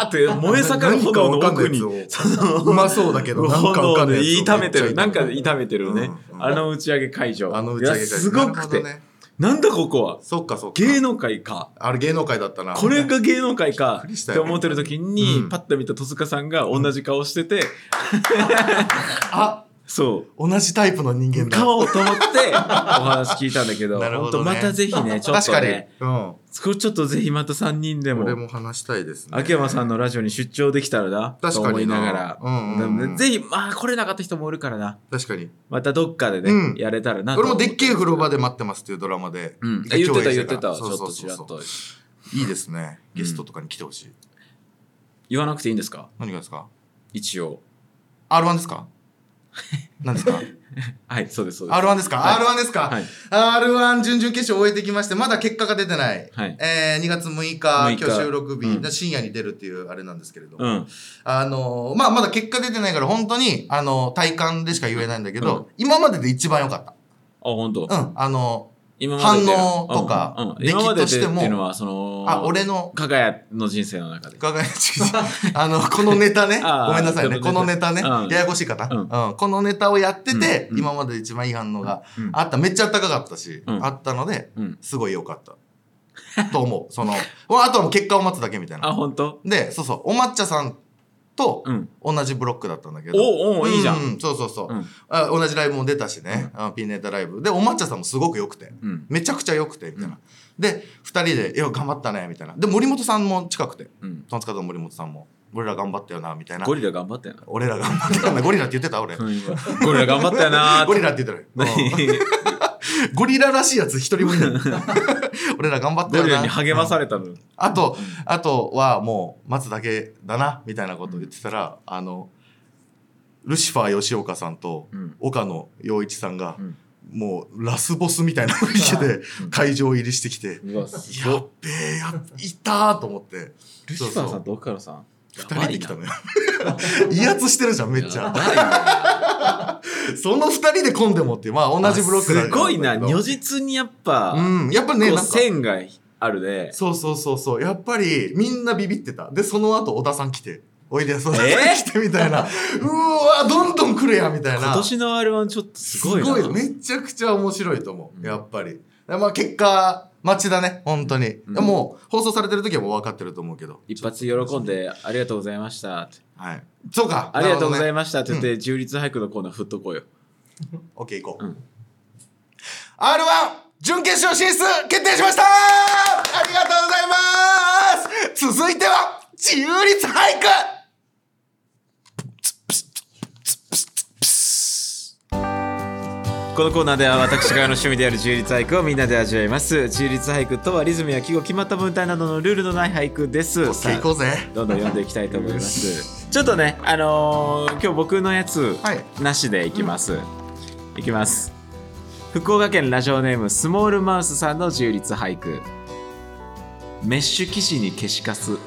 Speaker 1: ーって燃え盛る炎の奥に、
Speaker 2: 何かわかんないや [laughs] つをうまそうだけど、なんかわか
Speaker 1: 炎
Speaker 2: んな
Speaker 1: で
Speaker 2: いやつを
Speaker 1: 炒めてる、なんか
Speaker 2: めっちゃ
Speaker 1: 炒めてるね、
Speaker 2: うんうん
Speaker 1: あの打ち上げ会場。
Speaker 2: あの打ち上げ
Speaker 1: い
Speaker 2: 会
Speaker 1: やすごくて、
Speaker 2: なるほどね
Speaker 1: なんだここは、
Speaker 2: そっかそっか。
Speaker 1: 芸能界か。
Speaker 2: あれ芸能界だったな。
Speaker 1: こ
Speaker 2: [laughs]
Speaker 1: れが芸能界か
Speaker 2: びっくりし
Speaker 1: ったて
Speaker 2: よ
Speaker 1: 思ってる時に、
Speaker 2: うん
Speaker 1: パッと見た戸塚さんが同じ顔してて、
Speaker 2: あ
Speaker 1: そう
Speaker 2: 同じタイプの人間だ
Speaker 1: 買おうと思って
Speaker 2: [laughs]
Speaker 1: お話聞いたんだけど
Speaker 2: なるほ
Speaker 1: 本
Speaker 2: ど
Speaker 1: 当
Speaker 2: ね
Speaker 1: またぜひねちょっ
Speaker 2: 確
Speaker 1: と
Speaker 2: かに、
Speaker 1: ね
Speaker 2: うん
Speaker 1: これちょっとぜひまた3人で
Speaker 2: これ
Speaker 1: も
Speaker 2: も話したいですね
Speaker 1: 秋山さんのラジオに出張できたらなと
Speaker 2: 確か
Speaker 1: 思い
Speaker 2: に
Speaker 1: ながら、
Speaker 2: うんうんうん、
Speaker 1: ぜひまあ来れなかった人もおるからな
Speaker 2: 確かに
Speaker 1: またどっかでね、
Speaker 2: うん
Speaker 1: やれたらなと
Speaker 2: 俺
Speaker 1: 思
Speaker 2: も
Speaker 1: う
Speaker 2: でっけえ風呂場で待ってますっていうドラマで、
Speaker 1: うん、あ言ってた
Speaker 2: 共演し
Speaker 1: 言ってた
Speaker 2: らそうそうそう
Speaker 1: ちょっとちらっと
Speaker 2: いいですね
Speaker 1: うん
Speaker 2: ゲストとかに来てほしい、
Speaker 1: 言わなくていいんですか
Speaker 2: 何がですか
Speaker 1: 一応
Speaker 2: R1 です
Speaker 1: [laughs]
Speaker 2: か何ですか
Speaker 1: はいそうですそうです
Speaker 2: R1 ですか、
Speaker 1: は
Speaker 2: ?R1 ですか、
Speaker 1: はい
Speaker 2: R1 準々決勝終えてきまして、まだ結果が出てない。
Speaker 1: はい
Speaker 2: えー2月6日、
Speaker 1: 6日
Speaker 2: 今日収録日、
Speaker 1: うん
Speaker 2: 深夜に出るっていうあれなんですけれども、
Speaker 1: うん
Speaker 2: あのーまあ、まだ結果出てないから、本当に、あのー体感でしか言えないんだけど、
Speaker 1: うん
Speaker 2: 今までで一番良かっ
Speaker 1: あ本当、
Speaker 2: た。うん、あの
Speaker 1: 今までで
Speaker 2: 反応とか
Speaker 1: うんうん
Speaker 2: 出来
Speaker 1: 今までで
Speaker 2: としても
Speaker 1: っていうのはその
Speaker 2: ーあ、俺の、
Speaker 1: 加賀谷の人生の中で
Speaker 2: ガガヤ
Speaker 1: [laughs]
Speaker 2: あの、このネタね、
Speaker 1: あー
Speaker 2: ごめんなさいね、
Speaker 1: こ
Speaker 2: こ
Speaker 1: の
Speaker 2: の
Speaker 1: ネ
Speaker 2: ネ
Speaker 1: タ
Speaker 2: タね、
Speaker 1: うん
Speaker 2: ややこしいかな、
Speaker 1: う
Speaker 2: うんこのネタをやってて、
Speaker 1: うん
Speaker 2: 今までで一番いい反応が
Speaker 1: うん
Speaker 2: あった、めっちゃ高かったし、
Speaker 1: うん
Speaker 2: あったので、
Speaker 1: うん
Speaker 2: すごい良かった。と思う。その、 [laughs] わあとはもう結果を待つだけみたい
Speaker 1: あ
Speaker 2: な。
Speaker 1: 本当
Speaker 2: で、そうそう、お抹茶さんと
Speaker 1: うん
Speaker 2: 同じブロックだったんだけど。
Speaker 1: おおいいじゃ
Speaker 2: うんん。そうそうそう、
Speaker 1: うん
Speaker 2: あ。同じライブも出たしね、あのピンネタライブ。で、お抹茶さんもすごく良くて。
Speaker 1: うん
Speaker 2: めちゃくちゃ良くて、みたいな。で、二人で、いや、頑張ったね、みたいな。で、森本さんも近くて。
Speaker 1: うん
Speaker 2: トンツカタンの森本さんも。俺ら頑張ったよな、みたいな
Speaker 1: ゴ。リラ頑張ったよな
Speaker 2: 俺ら頑張ったよな。ゴリラって言ってた俺。
Speaker 1: うんゴリラ頑張ったよなーって
Speaker 2: ゴリラって言ってたよ。うん
Speaker 1: [laughs]
Speaker 2: ゴリラらしいやつ一人もいない。俺ら頑張っ
Speaker 1: ゴ
Speaker 2: たよな。
Speaker 1: リラに励まされたの。
Speaker 2: あと、あとはもう待つだけだな、みたいなことを言ってたら、あの、ルシファー吉岡さんと
Speaker 1: うん
Speaker 2: 岡野陽一さんが、
Speaker 1: うん
Speaker 2: もうラスボスみたいな雰囲気で
Speaker 1: うん
Speaker 2: 会場入りしてきて、
Speaker 1: うわ、すご
Speaker 2: や
Speaker 1: い
Speaker 2: っ。べえ、やっいたーと思って、
Speaker 1: ルシファーさんと奥原さん。
Speaker 2: 二人で来たのよ。 [laughs] 威圧してるじゃん、めっちゃ。
Speaker 1: ゃ。
Speaker 2: その二人で混んでもっていう、まあ同じブロックだ
Speaker 1: すごいな、
Speaker 2: けど
Speaker 1: 如実にやっぱ、
Speaker 2: うん、やっぱね、
Speaker 1: こ
Speaker 2: な
Speaker 1: うん
Speaker 2: か。
Speaker 1: 線があるで。
Speaker 2: そうそうそうそう。やっぱりみんなビビってた。で、その後小田さん来て、おいでや小田さん
Speaker 1: えー
Speaker 2: 来てみたいな。うーわ、どんどん来るやみたいな。
Speaker 1: 今年の R1 ちょっとすごいな。
Speaker 2: めちゃくちゃ面白いと思
Speaker 1: うん
Speaker 2: う。やっぱり。でまあ結果、待ちだね、本当に。
Speaker 1: うん
Speaker 2: でもう放送されてる時はもう分かってると思うけど。
Speaker 1: 一発喜んで、ありがとうございましたって。
Speaker 2: はい。そうか。
Speaker 1: ありがとうござい
Speaker 2: ま
Speaker 1: ましたって言って、充実俳句のコーナー振っとこうよ。
Speaker 2: す。オッケー行こう。
Speaker 1: うん
Speaker 2: R1 準決勝進出決定しましたありがとうございます続いては、自由律俳句
Speaker 1: このコーナーでは私がの趣味である自由律俳句をみんなで味わいます。自由律俳句とはリズムや記号、決まった文体などのルールのない俳句です。
Speaker 2: オッケー行こうぜ。
Speaker 1: どんどん読んでいきたいと思います。 [laughs] ちょっとね、あのー今日僕のやつ、
Speaker 2: はい。
Speaker 1: なしでいきます。いきます。福岡県ラジオネームスモールマウスさんの自由律俳句。メッシュ生地に消しカス。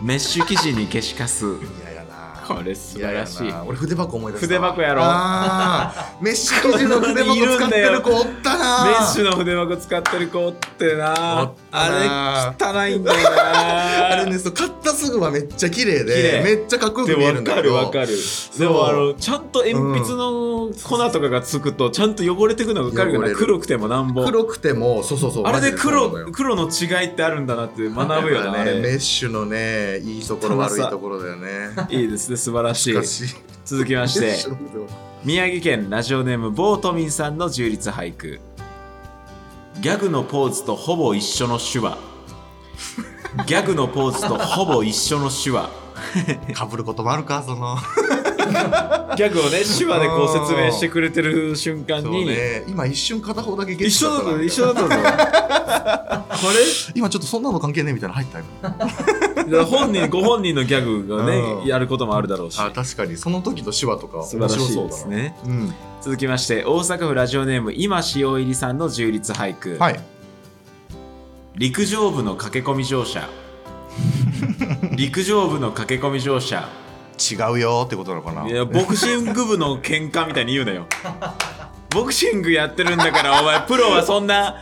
Speaker 1: メッシュ生地に消しカ [laughs] ス。
Speaker 2: 嫌やな。
Speaker 1: これ素晴らしい
Speaker 2: 嫌やな俺筆箱思い出した。
Speaker 1: 筆箱やろ
Speaker 2: ああ、メッシュ生地の筆箱使ってる子おったな。
Speaker 1: メッシュ
Speaker 2: ュ。
Speaker 1: の筆箱使ってる子おって
Speaker 2: お
Speaker 1: な
Speaker 2: っ。たな
Speaker 1: あれ汚いんだよな。 [laughs]
Speaker 2: あれね、そう買ったすぐはめっちゃ綺麗
Speaker 1: 綺
Speaker 2: で
Speaker 1: 麗
Speaker 2: めっちゃかっこよ
Speaker 1: で
Speaker 2: く見える
Speaker 1: わ
Speaker 2: んだ
Speaker 1: か
Speaker 2: け
Speaker 1: る
Speaker 2: ど
Speaker 1: わかるでもあのちゃんと鉛筆の粉とかがつくとちゃんと汚れてくのが分かるよ
Speaker 2: 汚れ
Speaker 1: な
Speaker 2: る
Speaker 1: 黒くてもなんぼ
Speaker 2: 黒くてもそうそうそう
Speaker 1: あれで黒
Speaker 2: マジで
Speaker 1: 黒の違いってあるんだなって
Speaker 2: そうなの
Speaker 1: 学ぶよ
Speaker 2: やっ
Speaker 1: な
Speaker 2: [laughs] ぱ
Speaker 1: あ
Speaker 2: ねメ
Speaker 1: れ
Speaker 2: ッシュのねいいところ悪いところだよね
Speaker 1: いいですね素晴らしい
Speaker 2: 懐かしい
Speaker 1: 続きまし
Speaker 2: メッ
Speaker 1: て
Speaker 2: シュの筆 [laughs] 箱
Speaker 1: 宮城県ラジオネームボートミンさんの充実俳句ギャグのポーズとほぼ一緒の手
Speaker 2: [laughs]
Speaker 1: 話ギャグのポーズとほぼ一緒の手
Speaker 2: [laughs]
Speaker 1: 話
Speaker 2: かぶることもあるかその
Speaker 1: ギャグをね手話でこう説明してくれてる瞬間
Speaker 2: そう
Speaker 1: に、
Speaker 2: ね今一瞬片方だけゲッ
Speaker 1: 一
Speaker 2: トしち
Speaker 1: 緒だ
Speaker 2: ゃった
Speaker 1: ぞ
Speaker 2: な
Speaker 1: 一緒だったぞこれ
Speaker 2: 今ちょっとそんなの関係ねえみたいなの入ったよ
Speaker 1: だから本人ご本人のギャグがね、
Speaker 2: うん
Speaker 1: やることもあるだろうし
Speaker 2: あ確かにその時の手話とか
Speaker 1: 素晴ら
Speaker 2: 面白
Speaker 1: し
Speaker 2: そ
Speaker 1: いうで
Speaker 2: だ
Speaker 1: す
Speaker 2: な、ね
Speaker 1: ね
Speaker 2: うん、
Speaker 1: 続きまして大阪府ラジオネーム今塩入りさんの充実俳句、
Speaker 2: はい
Speaker 1: 陸上部の駆け込み乗 [laughs] 車陸上部の駆け込み乗車
Speaker 2: 違うよってことなのかない
Speaker 1: やボクシング部の喧嘩みたいに言うなよボクシングやってるんだからお前プロはそんな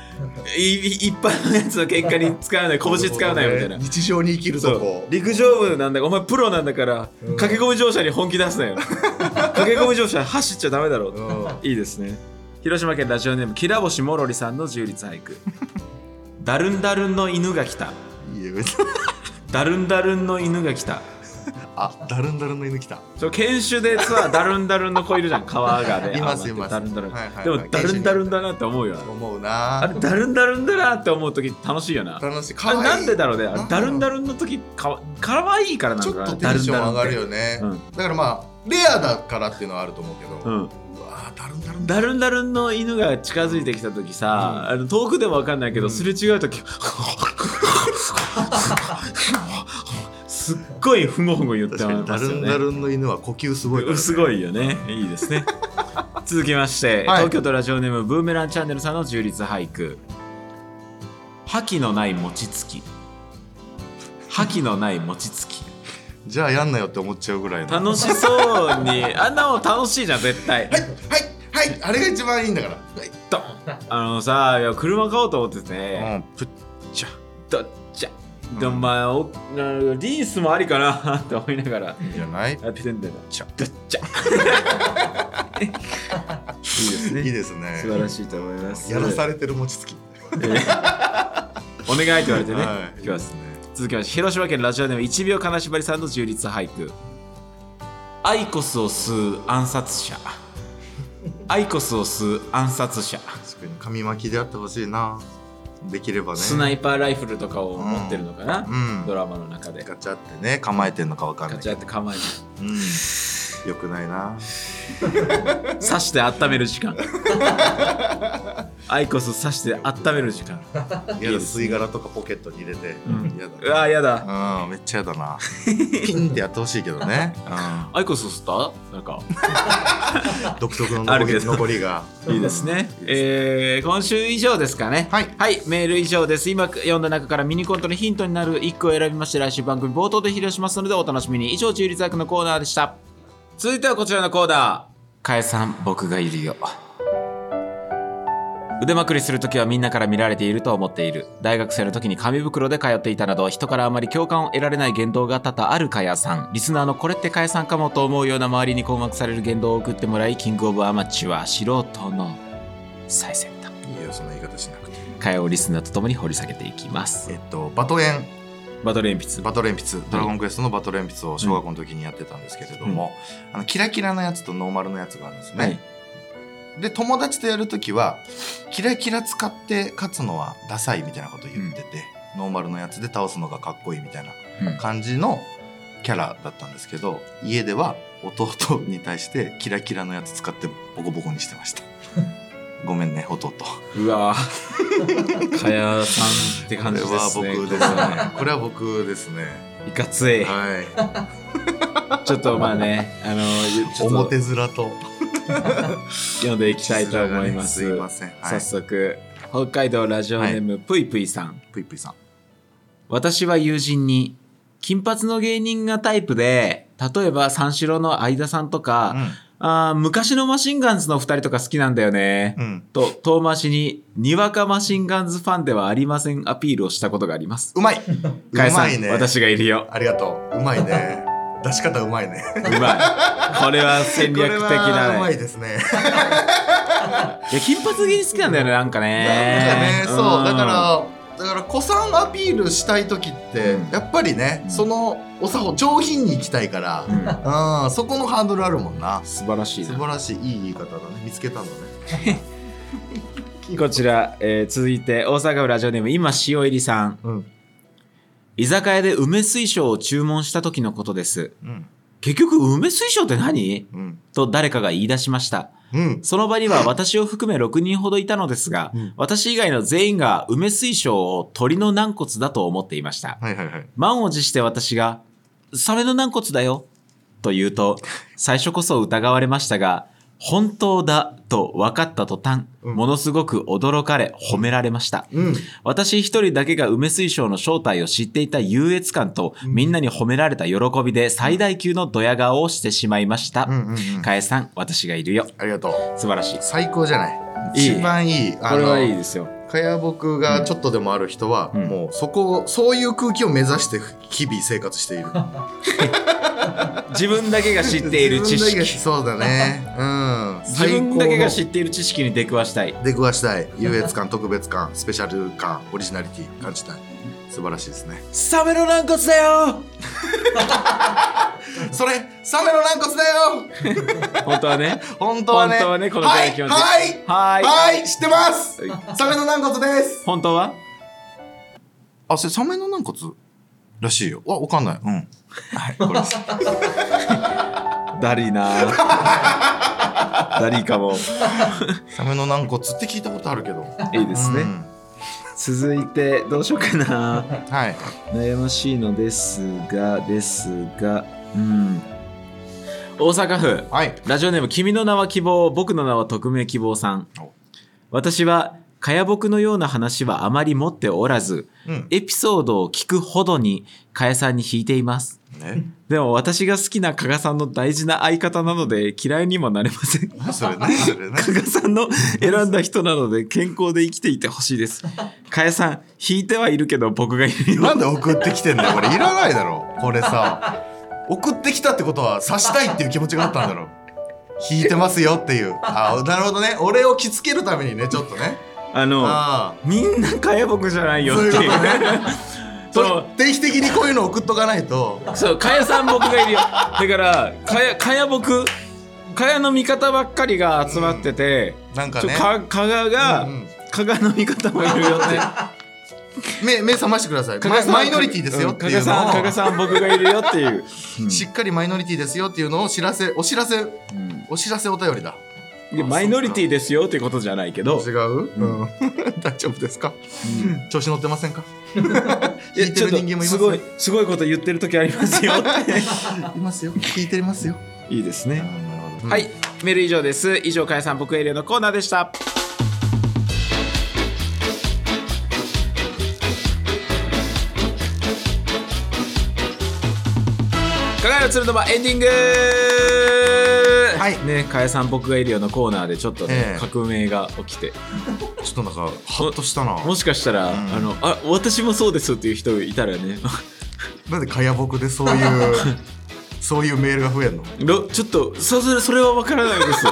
Speaker 1: いい一般のやつの喧嘩に使うなよ拳使うなよみたいな
Speaker 2: 日常に生きる
Speaker 1: そ
Speaker 2: と
Speaker 1: う
Speaker 2: こ
Speaker 1: 陸上部なんだからお前プロなんだから、
Speaker 2: うん
Speaker 1: 駆け込み乗車に本気出す
Speaker 2: [laughs]
Speaker 1: なよ駆け込み乗車走っちゃダメだろ、
Speaker 2: うん
Speaker 1: いいですね広島県ラジオネームきらぼしもろりさんの充実俳句 [laughs] ダルンダルンの犬が来た
Speaker 2: いや別に
Speaker 1: ダルンダルンの犬が来た
Speaker 2: あダルンダルンの犬来た
Speaker 1: そう犬種でさダルンダルンの子いるじゃん皮がで
Speaker 2: [laughs] います
Speaker 1: あの
Speaker 2: います
Speaker 1: ダルンダルン、
Speaker 2: はいはいはい
Speaker 1: でもダルンダルンだなって思うよな
Speaker 2: 思う
Speaker 1: あ
Speaker 2: な
Speaker 1: れダルンダルンだなって思う時楽しいよな
Speaker 2: 楽しいか
Speaker 1: あれ
Speaker 2: わいい
Speaker 1: なんでだろうねあ
Speaker 2: な
Speaker 1: れ
Speaker 2: んだ
Speaker 1: ダ
Speaker 2: ろう
Speaker 1: ルンダルンの時かわかわいいからな
Speaker 2: ち
Speaker 1: の
Speaker 2: ょ
Speaker 1: か
Speaker 2: っ
Speaker 1: な
Speaker 2: とテンション上がる
Speaker 1: ダルン
Speaker 2: よね
Speaker 1: ダルンって
Speaker 2: だからまあレアだからっていうのはあると思う
Speaker 1: ダ
Speaker 2: けど、
Speaker 1: ルンってうん
Speaker 2: うわーダルンダルンだ
Speaker 1: ダルンダルンの犬が近づいてきた時さ、あの遠くでも分かんないけど、
Speaker 2: うん
Speaker 1: すれ違う時すっごいふもふも言って
Speaker 2: 確かに
Speaker 1: ま
Speaker 2: ダ
Speaker 1: す
Speaker 2: ル
Speaker 1: よ
Speaker 2: ン
Speaker 1: ね
Speaker 2: ダルンの犬は呼吸すごいから、ね、
Speaker 1: すごいよねいいです
Speaker 2: [laughs]
Speaker 1: ね続きまして、
Speaker 2: はい
Speaker 1: 東京都ラジオネームブーメランチャンネルさんの充実俳句「覇気のない餅つき」「覇気のない餅つき」
Speaker 2: じゃあやんなよって思っちゃうぐらいの
Speaker 1: 楽しそうにあんなもん楽しいじゃん絶対
Speaker 2: はいはいはいあれが一番いいんだから、はい
Speaker 1: ドンあのさいや車買おうと思ってて、
Speaker 2: うんプッチャ
Speaker 1: どっちゃでもまあおなリースもありかな [laughs] って思いながら
Speaker 2: いいんじゃない
Speaker 1: やってんだよな
Speaker 2: ちゃ
Speaker 1: どっちゃ [laughs] いいです
Speaker 2: い
Speaker 1: ね
Speaker 2: いですね
Speaker 1: 素晴らしいと思います
Speaker 2: やらされてる餅つき
Speaker 1: お願いって言われてね、
Speaker 2: はい
Speaker 1: い、きます続きまして広島県ラジオネーム一秒金縛りさんの充実俳句アイコスを吸う暗殺者アイコスを吸う暗殺者
Speaker 2: 確かに紙巻きであってほしいなできればね
Speaker 1: スナイパーライフルとかを持ってるのかな、
Speaker 2: うん
Speaker 1: ドラマの中で
Speaker 2: ガチャってね構えてんのかわかんな
Speaker 1: ガ
Speaker 2: い
Speaker 1: チャって構えて
Speaker 2: うんよくないな
Speaker 1: 刺して温める時間アイコス刺して温める時間
Speaker 2: やだ吸い殻とかポケットに入れて、
Speaker 1: ん
Speaker 2: や
Speaker 1: うわ
Speaker 2: だ
Speaker 1: やだ
Speaker 2: うんめっちゃやだな [laughs] ピンってやってほしいけどね、
Speaker 1: アイコス吸ったなんか
Speaker 2: うん、独特の
Speaker 1: あ
Speaker 2: の
Speaker 1: る
Speaker 2: ぼ
Speaker 1: け
Speaker 2: り
Speaker 1: ど
Speaker 2: 登り [laughs] が
Speaker 1: いいですね。えー、今週以上ですかね。
Speaker 2: はい
Speaker 1: メール以上です。今読んだ中からミニコントのヒントになる1個を選びまして、来週番組冒頭で披露しますのでお楽しみに。以上、中立悪のコーナーでした。続いてはこちらのコーナー。かえさん、僕がいるよ。腕まくりするときはみんなから見られていると思っている。大学生の時に紙袋で通っていたなど、人からあまり共感を得られない言動が多々あるかやさん。リスナーのこれってかやさんかもと思うような周りに困惑される言動を送ってもらい、キングオブアマチュア、素人の最先端。
Speaker 2: いいよそんな言い方しなくて
Speaker 1: 会話をリスナーと共に掘り下げていきます
Speaker 2: えっとバトエン
Speaker 1: バトル鉛筆
Speaker 2: バトル鉛筆「ドラゴンクエスト」のバトル鉛筆を小学校の時にやってたんですけれども、あのキラキラのやつとノーマルのやつがあるんですね、
Speaker 1: はい
Speaker 2: で友達とやる時はキラキラ使って勝つのはダサいみたいなこと言ってて、ノーマルのやつで倒すのがかっこいいみたいな
Speaker 1: うん
Speaker 2: 感じのキャラだったんですけど家では弟に対してキラキラのやつ使ってボコボコにしてま
Speaker 1: [laughs]
Speaker 2: したごめんね弟
Speaker 1: うわー [laughs] かやさんって感じですね
Speaker 2: これは僕ですねこれは僕ですね
Speaker 1: いかつい
Speaker 2: は
Speaker 1: ちょっとまあねあのー
Speaker 2: い
Speaker 1: ちょっと
Speaker 2: 表面と
Speaker 1: 読んでいきたいと思います
Speaker 2: すいませんは
Speaker 1: 早
Speaker 2: い
Speaker 1: 速北海道ラジオネームぷいぷいさん
Speaker 2: ぷいぷいさん
Speaker 1: 私は友人に金髪の芸人がタイプで例えば三四郎の相田さんとか、あー昔のマシンガンズの二人とか好きなんだよね、
Speaker 2: うん、うん、
Speaker 1: と遠回しににわかマシンガンズファンではありませんアピールをしたことがあります
Speaker 2: う
Speaker 1: [laughs]
Speaker 2: まいう
Speaker 1: かえさ
Speaker 2: ま
Speaker 1: ん、
Speaker 2: いね
Speaker 1: 私がいるよ
Speaker 2: ありがとううまいね出し方うまいね
Speaker 1: うまいこれは戦略的
Speaker 2: これはう
Speaker 1: だ
Speaker 2: まい
Speaker 1: ね
Speaker 2: ですね
Speaker 1: いや金髪芸人好きなんだよねなんかね
Speaker 2: なんかね、そうだ
Speaker 1: ん
Speaker 2: からだから子さんアピールしたい時って、
Speaker 1: うん
Speaker 2: やっぱりね、
Speaker 1: うん
Speaker 2: そのお作法上品に行きたいから、
Speaker 1: うん
Speaker 2: うん、そこのハードルあるもんな
Speaker 1: 素晴らしい
Speaker 2: 素
Speaker 1: な
Speaker 2: 晴らしいいい言い方だね見つけたんだね
Speaker 1: [laughs] こちら、えー続いて大阪府ラジオネーム今塩入りさん
Speaker 2: うん
Speaker 1: 居酒屋で梅水晶を注文した時のことです
Speaker 2: うん
Speaker 1: 結局梅水晶って何
Speaker 2: うん
Speaker 1: と誰かが言い出しました
Speaker 2: うん
Speaker 1: その場には私を含め6人ほどいたのですが、
Speaker 2: うん
Speaker 1: 私以外の全員が梅水晶を鳥の軟骨だと思っていました。
Speaker 2: はいはいはい
Speaker 1: 満を持して私が、サメの軟骨だよ、と言うと、最初こそ疑われましたが、本当だと分かった途端、
Speaker 2: うん
Speaker 1: ものすごく驚かれ、褒められました。
Speaker 2: うん
Speaker 1: 私一人だけが梅水晶の正体を知っていた優越感と、
Speaker 2: うん
Speaker 1: みんなに褒められた喜びで最大級のドヤ顔をしてしまいました。
Speaker 2: うんうんうん
Speaker 1: かえさん、私がいるよ。
Speaker 2: ありがとう
Speaker 1: 素晴らしい。
Speaker 2: 最高じゃない
Speaker 1: いい
Speaker 2: 一番いいこ
Speaker 1: これはいいですよ。
Speaker 2: かやぼくがちょっとでもある人は、
Speaker 1: うん
Speaker 2: もうそこをそういう空気を目指して日々生活している
Speaker 1: 自分だけが知っている知
Speaker 2: 自分だけ
Speaker 1: 識
Speaker 2: そうだね [laughs] うん
Speaker 1: 自分だけが知
Speaker 2: っ
Speaker 1: っている知識に出くわしたい
Speaker 2: 出くわしたい優越感特別感スペシャル感オリジナリティ感じたい素晴らしいですね
Speaker 1: サメの軟骨だよ
Speaker 2: それサメの軟骨だよ
Speaker 1: 本当はね
Speaker 2: 本当はね
Speaker 1: 本当はねこのくらいの気持ちで
Speaker 2: はい
Speaker 1: は
Speaker 2: はい
Speaker 1: い
Speaker 2: はい知ってます
Speaker 1: は
Speaker 2: サメの軟骨です
Speaker 1: 本当は
Speaker 2: あそれサメの軟骨らしいよわわかんないうんはいこれ [laughs] です
Speaker 1: ダリーなダリーかも
Speaker 2: サメの軟骨って聞いたことあるけど
Speaker 1: いいですね、
Speaker 2: うん
Speaker 1: 続いてどうしようかな
Speaker 2: はい
Speaker 1: 悩ましいのですがですがうん大阪府
Speaker 2: はい
Speaker 1: ラジオネーム君の名は希望僕の名は匿名希望さん
Speaker 2: お
Speaker 1: 私はかやぼくのような話はあまり持っておらず
Speaker 2: うん
Speaker 1: エピソードを聞くほどにかやさんに引いています
Speaker 2: ね
Speaker 1: でも私が好きな加賀さんの大事な相方なので嫌いにもなれま
Speaker 2: [laughs]
Speaker 1: せん
Speaker 2: それねそれね
Speaker 1: 加賀さんの選んだ人なので健康で生きていてほしいです加谷さん引いてはいるけど僕がいるよ
Speaker 2: なんで送ってきてんだよこれいらないだろこれさ送ってきたってことは刺したいっていう気持ちがあったんだろ引いてますよっていうあなるほどね俺を着付けるためにねちょっとね
Speaker 1: あの
Speaker 2: ああ
Speaker 1: みんなかやぼくじゃないよっていう
Speaker 2: そういうことねそ
Speaker 1: そう
Speaker 2: れ定期的にこういうの送っとかないと
Speaker 1: そうかやさん僕がいるよだからかやかやぼくかやの味方ばっかりが集まってて、
Speaker 2: なんか
Speaker 1: ちょ
Speaker 2: ね
Speaker 1: か加賀が、
Speaker 2: うんうん
Speaker 1: 加賀の味方もいるよって
Speaker 2: 目目覚ましてください
Speaker 1: 加賀
Speaker 2: マ
Speaker 1: さん
Speaker 2: マイノリティですよっていう
Speaker 1: 加賀さん加
Speaker 2: の
Speaker 1: 賀さん僕がいるよっていう、
Speaker 2: をしっかりマイノリティですよっていうのを知らせお知らせお知らせお便りだ
Speaker 1: でマイノリティですよってことじゃないけど
Speaker 2: 違う、うん、 [laughs] 大丈夫ですか、調子乗ってませんか
Speaker 1: い
Speaker 2: 引
Speaker 1: や
Speaker 2: [laughs] いて
Speaker 1: ちょ
Speaker 2: る
Speaker 1: っと
Speaker 2: 人間もいます
Speaker 1: す
Speaker 2: よ
Speaker 1: ごいすごいこと言ってる時ありますよ
Speaker 2: いますよ。 [laughs] 聞いてますよ。
Speaker 1: いいですね、
Speaker 2: は。
Speaker 1: はいいメール以上です以上かやさん僕エリアのコーナーでしたかがやの鶴の間エンディング
Speaker 2: はい
Speaker 1: ねかやさん僕がエリアのコーナーでちょっとね、
Speaker 2: ええ
Speaker 1: 革命が起きて
Speaker 2: ちょっとなんかハッとしたな。
Speaker 1: もしかしたら、
Speaker 2: ん
Speaker 1: あのあ私もそうですっていう人いたらね
Speaker 2: なんでかやぼくでそういうそういうメールが増えるの？
Speaker 1: ろちょっとそれそれは分からない
Speaker 2: [laughs]
Speaker 1: です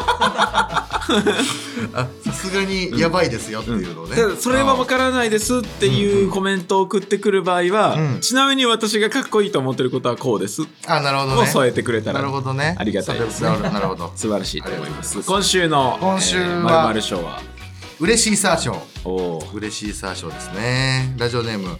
Speaker 2: あ、さすがにやばいですよっていうのをね。
Speaker 1: ただそれは分からないですっていうコメントを送ってくる場合は、
Speaker 2: うん
Speaker 1: ちなみに私がかっこいいと思ってることはこうです、
Speaker 2: あ、なるほど
Speaker 1: もう
Speaker 2: ね。
Speaker 1: 添えてくれた
Speaker 2: な
Speaker 1: ら
Speaker 2: るほどね。
Speaker 1: ありがたいですね
Speaker 2: なるほどなるほど。
Speaker 1: 素晴らしいと思います
Speaker 2: ありがとう
Speaker 1: 今週の
Speaker 2: 今週は
Speaker 1: まる賞は
Speaker 2: 嬉しいサーショー。
Speaker 1: おー
Speaker 2: 嬉しいサーショーですね。ラジオネーム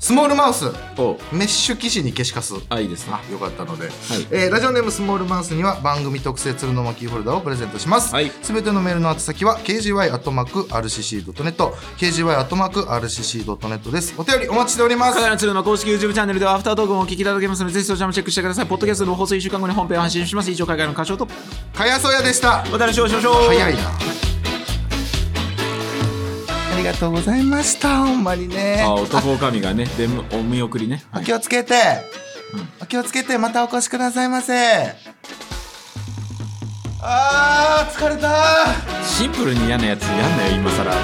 Speaker 2: スモールマウス。
Speaker 1: おー
Speaker 2: メッシュ騎士に消しカス。
Speaker 1: あいいですね
Speaker 2: あ、よかったので、えーラジオネームスモールマウスには番組特製鶴の巻ホルダーをプレゼントします。
Speaker 1: はい
Speaker 2: すべてのメールの宛先は kgy.rcc.net、kgy.rcc.net です。お便りお待ちしております
Speaker 1: カ。ガラツルの公式 YouTube チャンネルではアフタートークもお聞きいただけますのでぜひそちらもチェックしてくださいポッドキャストの放送1週間後に本編を配信します以上海外の歌唱と
Speaker 2: かやそやでした。
Speaker 1: また来週お会いしましょう
Speaker 2: 早いな。ありがとうございました。ほんまにね。
Speaker 1: あ男狼がねでお見送りね、
Speaker 2: お
Speaker 1: はい
Speaker 2: 気をつけて、お気をつけてまたお越しくださいませ。あー疲れた
Speaker 1: シンプルに嫌なやつやんなよ今更